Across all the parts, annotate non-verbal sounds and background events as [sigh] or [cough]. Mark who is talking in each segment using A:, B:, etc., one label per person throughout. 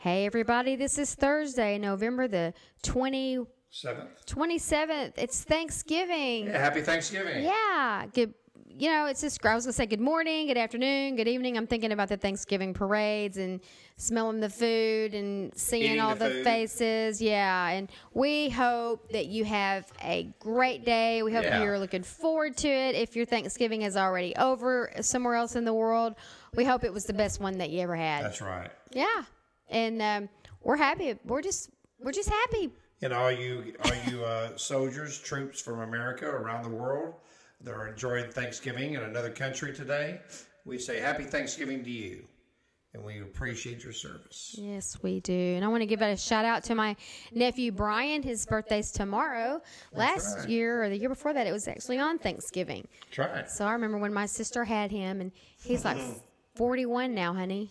A: Hey everybody, this is Thursday, November the 20,
B: Seventh.
A: 27th. It's Thanksgiving.
B: Yeah, happy Thanksgiving.
A: Yeah. Good. You know, it's just, I was going to say good morning, good afternoon, good evening. I'm thinking about the Thanksgiving parades and smelling the food and seeing
B: Eating
A: all
B: the
A: the,
B: food.
A: faces. Yeah. And we hope that you have a great day. We hope
B: Yeah.
A: you're looking forward to it. If your Thanksgiving is already over somewhere else in the world, we hope it was the best one that you ever had.
B: That's right.
A: yeah. And um, we're happy. We're just, we're just happy.
B: And all you all you uh, soldiers, troops from America around the world that are enjoying Thanksgiving in another country today, we say happy Thanksgiving to you. And we appreciate your service.
A: Yes, we do. And I want to give a shout out to my nephew Brian. His birthday's tomorrow. Last
B: right.
A: year or the year before that, it was actually on Thanksgiving.
B: Try it.
A: So I remember when my sister had him, and he's like
B: Mm-hmm.
A: 41 now, honey.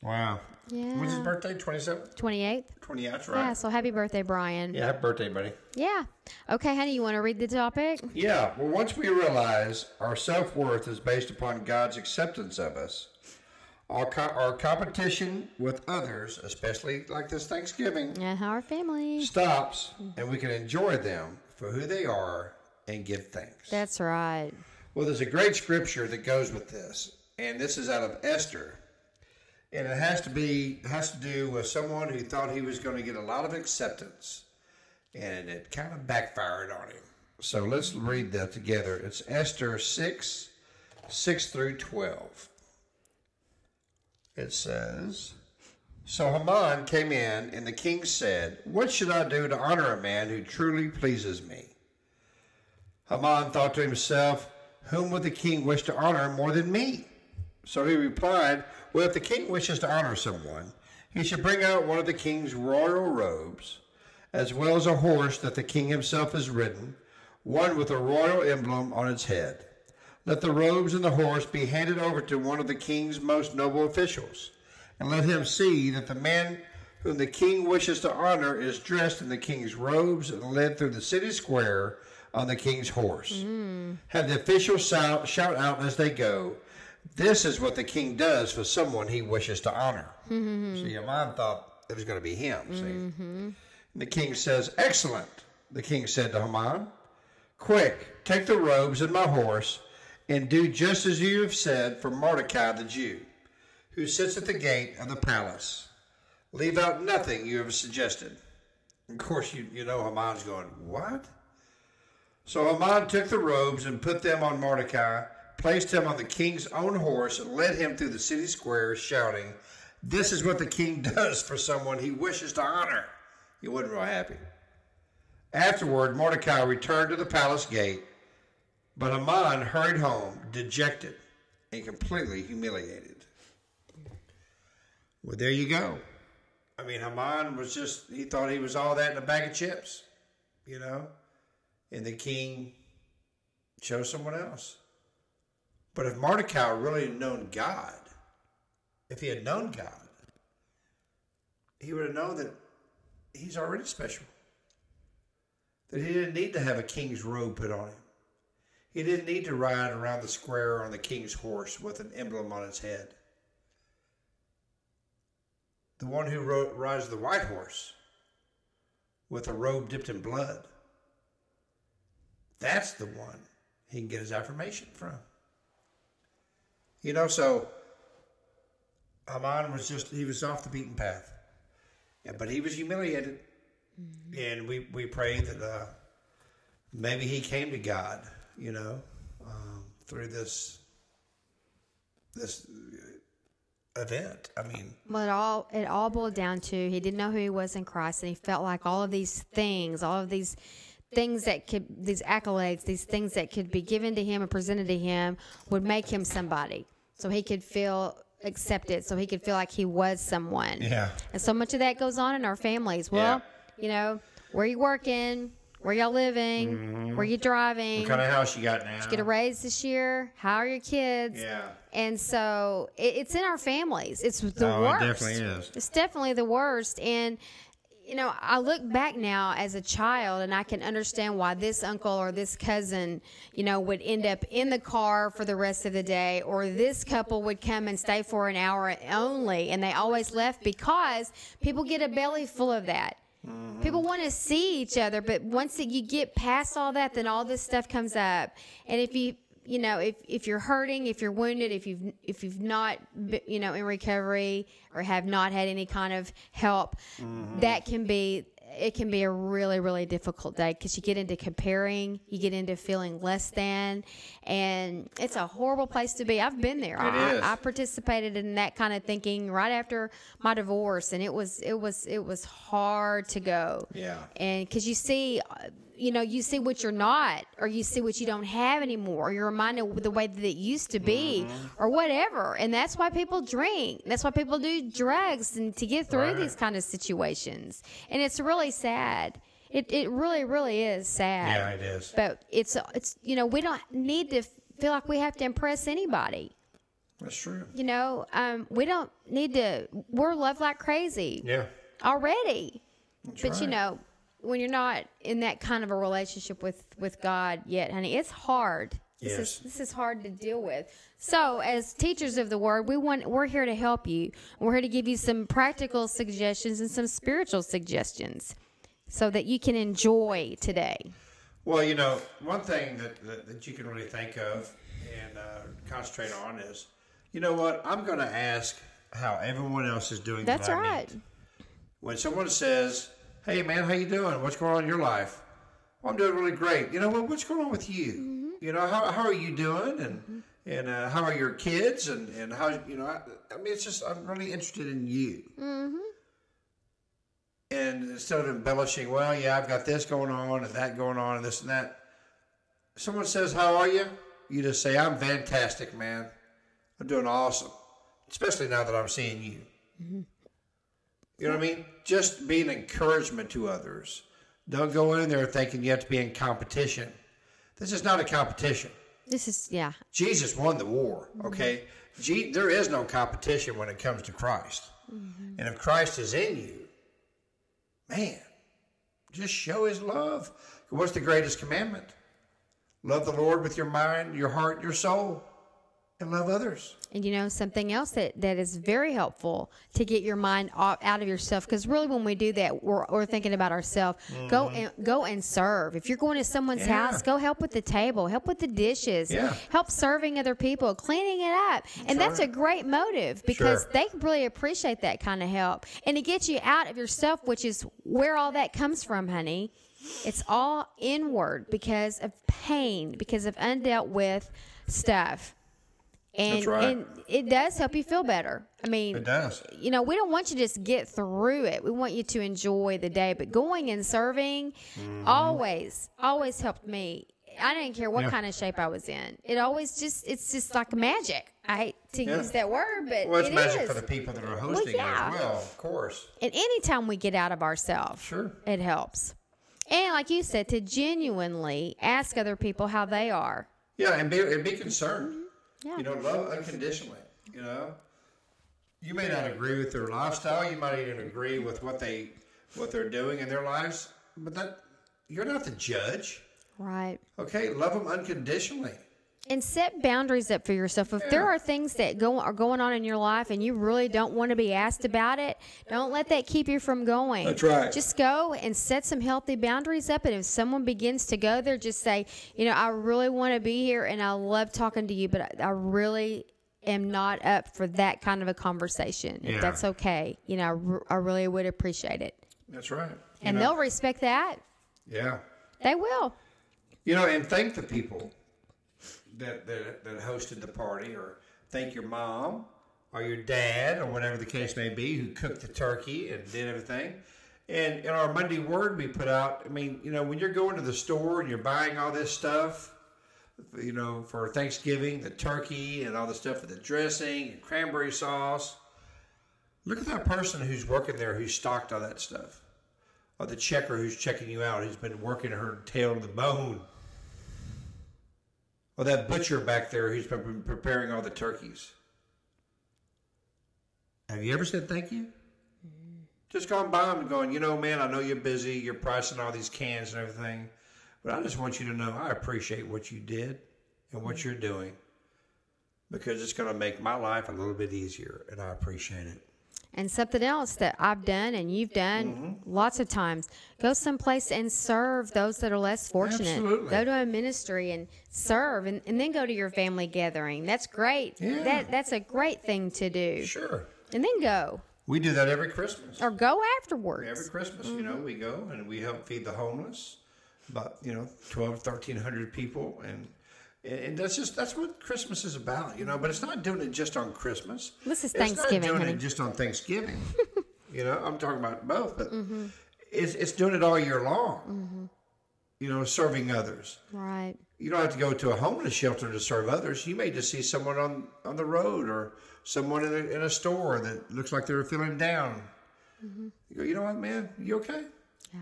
B: Wow.
A: Yeah.
B: When's his birthday? 27?
A: 28th?
B: 20, that's
A: Yeah,
B: right.
A: so happy birthday, Brian.
B: Yeah, happy birthday, buddy.
A: Yeah. Okay, honey, you want to read the topic?
B: Yeah, well, once we realize our self worth is based upon God's acceptance of us, our, co- our competition with others, especially like this Thanksgiving,
A: And how our family.
B: stops and we can enjoy them for who they are and give thanks.
A: That's right.
B: well, there's a great scripture that goes with this, and this is out of Esther. And it has to be has to do with someone who thought he was going to get a lot of acceptance, and it kind of backfired on him. So let's read that together. It's Esther 6 6 through 12. It says, So Haman came in, and the king said, What should I do to honor a man who truly pleases me? Haman thought to himself, Whom would the king wish to honor more than me? So he replied, Well, if the king wishes to honor someone, he should bring out one of the king's royal robes, as well as a horse that the king himself has ridden, one with a royal emblem on its head. Let the robes and the horse be handed over to one of the king's most noble officials, and let him see that the man whom the king wishes to honor is dressed in the king's robes and led through the city square on the king's horse. Have the officials shout, shout out as they go, This is what the king does for someone he wishes to honor. See, Amon thought it was going to be him. See? And the king says, Excellent, the king said to Haman. Quick, take the robes and my horse, and do just as you have said for Mordecai the Jew, who sits at the gate of the palace. Leave out nothing you have suggested. Of course, you, you know Haman's going, What? So Haman took the robes and put them on Mordecai, placed him on the king's own horse, and led him through the city square, shouting, This is what the king [laughs] does for someone he wishes to honor. He wasn't real happy. Afterward, Mordecai returned to the palace gate, but Haman hurried home, dejected and completely humiliated. Well, there you go. I mean, Haman was just, he thought he was all that in a bag of chips, you know? And the king chose someone else. But if Mordecai really had known God, if he had known God, he would have known that he's already special that he didn't need to have a king's robe put on him. He didn't need to ride around the square on the king's horse with an emblem on his head. The one who rode, rides the white horse with a robe dipped in blood, that's the one he can get his affirmation from. You know, so Amon was just, he was off the beaten path. Yeah, but he was humiliated and we we pray that uh, maybe he came to God, you know, um, through this this uh, event. I mean,
A: Well, it all it all boiled down to he didn't know who he was in Christ, and he felt like all of these things, all of these things that could these accolades, these things that could be given to him and presented to him would make him somebody. So he could feel accepted so he could feel like he was someone.
B: Yeah.
A: And so much of that goes on in our families. Well, you know, where you working, where y'all living, where you driving,
B: Mm-hmm. What kind of house you got now?
A: get a raise this year, how are your kids?
B: Yeah.
A: And so it, it's in our families. It's the
B: Oh, it
A: worst.
B: definitely is.
A: It's definitely the worst. And you know, I look back now as a child and I can understand why this uncle or this cousin, you know, would end up in the car for the rest of the day or this couple would come and stay for an hour only and they always left because people get a belly full of that. People want to see each other, but once that you get past all that, then all this stuff comes up. And if you, you know, if, if you're hurting, if you're wounded, if you've if you've not, be- you know, in recovery or have not had any kind of help, that can be it can be a really really difficult day because you get into comparing, you get into feeling less than, and it's a horrible place to be. I've been there. I,
B: is.
A: I participated in that kind of thinking right after my divorce and it was it was it was hard to go
B: Yeah.
A: and because you see uh, you know you see what you're not or you see what you don't have anymore or you're reminded of the way that it used to be
B: Mm-hmm.
A: or whatever and that's why people drink that's why people do drugs and to get through
B: Right.
A: these kind of situations and it's really sad it, it really really is sad
B: Yeah, it is.
A: but it's it's you know we don't need to feel like we have to impress anybody
B: That's true.
A: you know, um, we don't need to. We're loved like crazy
B: Yeah.
A: already, but you
B: right.
A: know, when you're not in that kind of a relationship with with God yet, honey, it's hard. This
B: Yes.
A: is this is hard to deal with. So, as teachers of the Word, we want we're here to help you. We're here to give you some practical suggestions and some spiritual suggestions, so that you can enjoy today.
B: Well, you know, one thing that, that, that you can really think of and uh, concentrate on is, you know what? I'm going to ask how everyone else is doing.
A: That's
B: what I
A: right.
B: need. When someone says, "Hey, man, how you doing? What's going on in your life?" Well, I'm doing really great. You know what? What's going on with you? You know how, how are you doing? And and uh, how are your kids? And and how you know? I, I mean, it's just I'm really interested in you. and instead of embellishing, well, yeah, I've got this going on and that going on and this and that, someone says, How are you? You just say, I'm fantastic, man. I'm doing awesome, especially now that I'm seeing you. You know what I mean? Just be an encouragement to others. Don't go in there thinking you have to be in competition. This is not a competition.
A: This is yeah.
B: Jesus won the war.
A: Mm-hmm.
B: Okay, Je- there is no competition when it comes to Christ,
A: Mm-hmm.
B: and if Christ is in you, man, just show His love. What's the greatest commandment? Love the Lord with your mind, your heart, your soul, and love others.
A: And you know, something else that, that is very helpful to get your mind off, out of yourself. Because really, when we do that, we're, we're thinking about ourselves. Go and go and serve. If you're going to someone's
B: Mm-hmm. Yeah.
A: house, go help with the table, help with the dishes,
B: Yeah.
A: help serving other people, cleaning it up. And that's a
B: Sure.
A: great motive because
B: Sure.
A: they really appreciate that kind of help. And it gets you out of yourself, which is where all that comes from, honey. It's all inward because of pain, because of undealt with stuff and
B: That's right.
A: and it does help you feel better. I mean,
B: does.
A: you know, we don't want you to just get through it. We want you to enjoy the day. But going and serving
B: Mm-hmm.
A: always always helped me. I didn't care what
B: Yeah.
A: kind of shape I was in. It always just it's just like magic. I hate to
B: Yeah.
A: use that word, but
B: Well, it's
A: it
B: magic
A: is.
B: for the people that are hosting
A: yeah.
B: it as well, of course.
A: and anytime we get out of ourselves,
B: Sure.
A: it helps. And like you said, to genuinely ask other people how they are.
B: Yeah, and be and be concerned.
A: Yeah.
B: You know, love unconditionally. You know, you may not agree with their lifestyle. You might even agree with what they what they're doing in their lives, but that you're not the judge.
A: Right.
B: Okay, love them unconditionally.
A: and set boundaries up for yourself. If there
B: Yeah.
A: are things that go are going on in your life and you really don't want to be asked about it, don't let that keep you from going.
B: That's right.
A: Just go and set some healthy boundaries up. And if someone begins to go there, just say, you know, I really want to be here and I love talking to you, but I, I really am not up for that kind of a conversation.
B: Yeah.
A: If that's okay, you know, I, re- I really would appreciate it,
B: That's right. You
A: and
B: know?
A: they'll respect that.
B: yeah,
A: They will.
B: you know, and thank the people that that, that hosted the party, or thank your mom or your dad or whatever the case may be who cooked the turkey and did everything. And in our Monday Word, we put out. I mean, you know, when you're going to the store and you're buying all this stuff, you know, for Thanksgiving, the turkey and all the stuff with the dressing and cranberry sauce. Look at that person who's working there who's stocked all that stuff. Or the checker who's checking you out who's been working her tail to the bone. Or Oh, that butcher back there who's been preparing all the turkeys. Have you ever said thank you? Just gone by them and going, you know, man, I know you're busy, you're pricing all these cans and everything, but I just want you to know I appreciate what you did and what you're doing because it's going to make my life a little bit easier, and I appreciate it.
A: And something else that I've done and you've done
B: Mm-hmm.
A: lots of times go someplace and serve those that are less fortunate.
B: Absolutely.
A: Go to a ministry and serve and, and then go to your family gathering. That's great.
B: Yeah.
A: That, that's a great thing to do.
B: Sure.
A: And then go
B: We do that every Christmas.
A: or go afterwards.
B: Every Christmas, you
A: mm-hmm.
B: know, we go and we help feed the homeless, about, you know, 12, 1300 people. And, and that's just, that's what Christmas is about, you know, but it's not doing it just on Christmas.
A: This is
B: It's not
A: Thanksgiving,
B: doing
A: honey.
B: it just on Thanksgiving.
A: [laughs]
B: you know, I'm talking about both, but
A: Mm-hmm.
B: it's, it's doing it all year long, you know, serving others.
A: Right.
B: You don't have to go to a homeless shelter to serve others. You may just see someone on, on the road or someone in a, in a store that looks like they're feeling down. You go, you know what, man? You okay?
A: Yeah.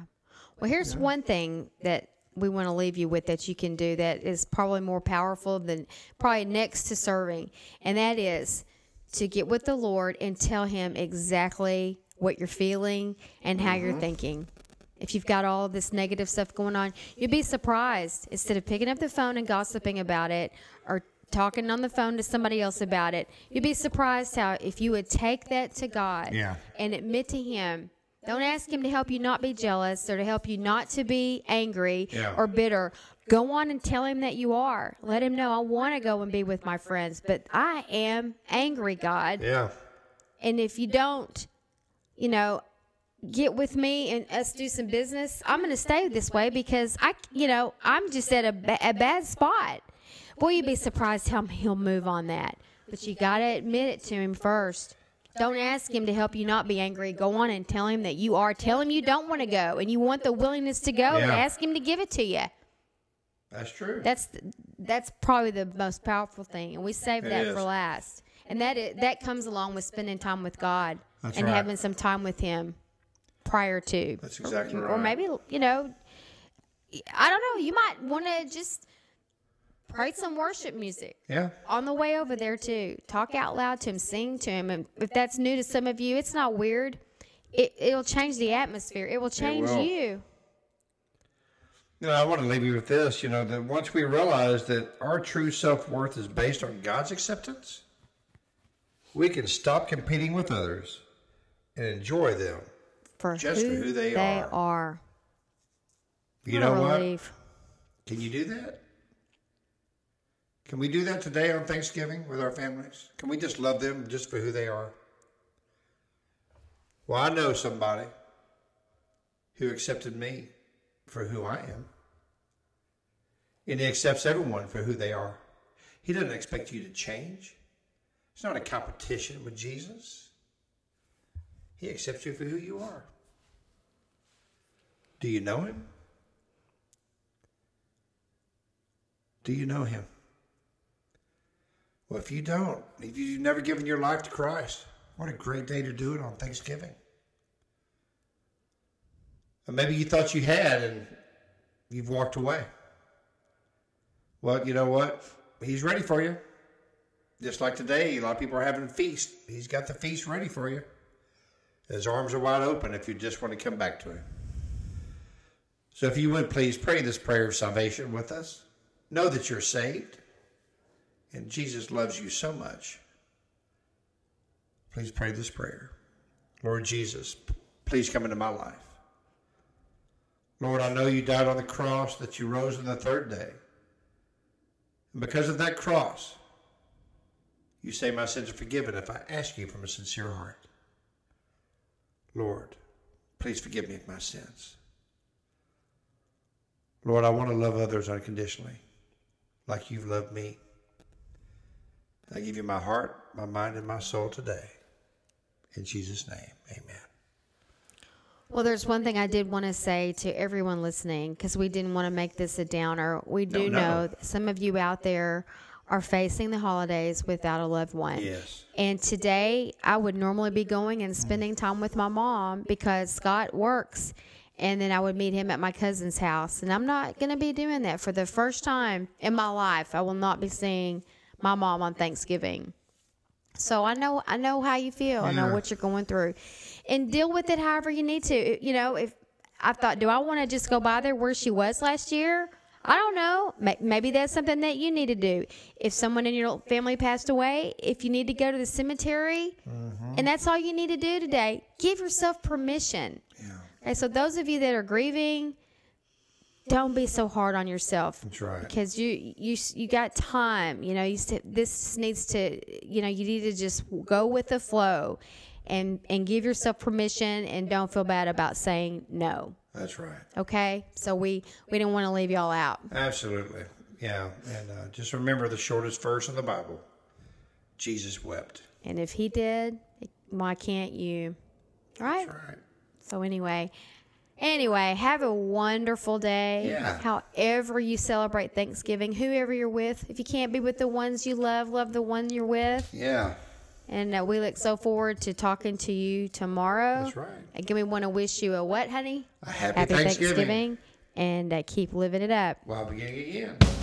A: Well, here's one thing that we want to leave you with that you can do that is probably more powerful than probably next to serving, and that is to get with the Lord and tell Him exactly what you're feeling and how you're thinking. If you've got all this negative stuff going on, you'd be surprised. Instead of picking up the phone and gossiping about it or talking on the phone to somebody else about it, you'd be surprised how if you would take that to God
B: Yeah.
A: and admit to him. Don't ask him to help you not be jealous or to help you not to be angry
B: Yeah.
A: or bitter. Go on and tell him that you are. Let him know I want to go and be with my friends, but I am angry, God.
B: Yeah.
A: And if you don't, you know, get with me and us do some business, I'm going to stay this way because I, you know, I'm just at a, ba- a bad spot. Boy, you'd be surprised how he'll move on that. But you got to admit it to him first. Don't ask him to help you not be angry. Go on and tell him that you are. Tell him you don't want to go and you want the willingness to go and
B: Yeah.
A: ask him to give it to you.
B: That's true.
A: That's that's probably the most powerful thing, and we save
B: It
A: that
B: is.
A: for last. And that i that comes along with spending time with God
B: That's
A: and
B: right.
A: having some time with Him prior to,
B: That's exactly
A: or,
B: right.
A: or maybe you know, I don't know. You might want to just play some worship music
B: Yeah.
A: on the way over there too. Talk out loud to him, sing to him, and if that's new to some of you, it's not weird. It it'll change the atmosphere. It will change
B: will.
A: you.
B: You know, I want to leave you with this. You know, that once we realize that our true self worth is based on God's acceptance, we can stop competing with others and enjoy them.
A: For
B: Just for who they
A: they
B: are.
A: are.
B: You
A: What a
B: know what?
A: relief.
B: Can you do that? Can we do that today on Thanksgiving with our families? Can we just love them just for who they are? Well, I know somebody who accepted me for who I am. And he accepts everyone for who they are. He doesn't expect you to change. It's not a competition with Jesus. He accepts you for who you are. Do you know him? Do you know him? Well, if you don't, if you've never given your life to Christ, what a great day to do it on Thanksgiving. And maybe you thought you had and you've walked away. Well, you know what? He's ready for you. Just like today, a lot of people are having a feast. He's got the feast ready for you. His arms are wide open if you just want to come back to him. So if you would please pray this prayer of salvation with us. Know that you're saved and Jesus loves you so much. Please pray this prayer. Lord Jesus, p- please come into my life. Lord, I know you died on the cross, that you rose on the third day. And because of that cross, you say my sins are forgiven if I ask you from a sincere heart. Lord, please forgive me of my sins. Lord, I want to love others unconditionally, like you've loved me. I give you my heart, my mind, and my soul today. In Jesus' name, amen.
A: Well, there's one thing I did want to say to everyone listening because we didn't want to make this a downer. We do
B: no.
A: know that some of you out there are facing the holidays without a loved one.
B: Yes.
A: And today I would normally be going and spending time with my mom because Scott works and then I would meet him at my cousin's house. And I'm not going to be doing that for the first time in my life. I will not be seeing my mom on Thanksgiving. So I know I know how you feel. I know what you're going through, and deal with it however you need to. It- You know, if I thought, do I want to just go by there where she was last year? I don't know. May- Maybe that's something that you need to do. If someone in your family passed away, if you need to go to the cemetery, and that's all you need to do today, give yourself permission. Okay, so those of you that are grieving, don't be so hard on yourself
B: That's right.
A: because you you you got time you know you st- this needs to you know you need to just go with the flow and and give yourself permission and don't feel bad about saying no
B: That's right.
A: okay so we we didn't want to leave y'all out
B: Absolutely. Yeah. And uh, just remember the shortest verse in the Bible Jesus wept.
A: and if he did why can't you all right
B: All right.
A: so anyway anyway have a wonderful day
B: Yeah.
A: however you celebrate thanksgiving whoever you're with if you can't be with the ones you love love the one you're with
B: Yeah.
A: And uh, we look so forward to talking to you tomorrow.
B: That's right.
A: Again, we want to wish you a what, honey?
B: A Oh. happy, Thanksgiving.
A: And uh, keep living it up.
B: While beginning again.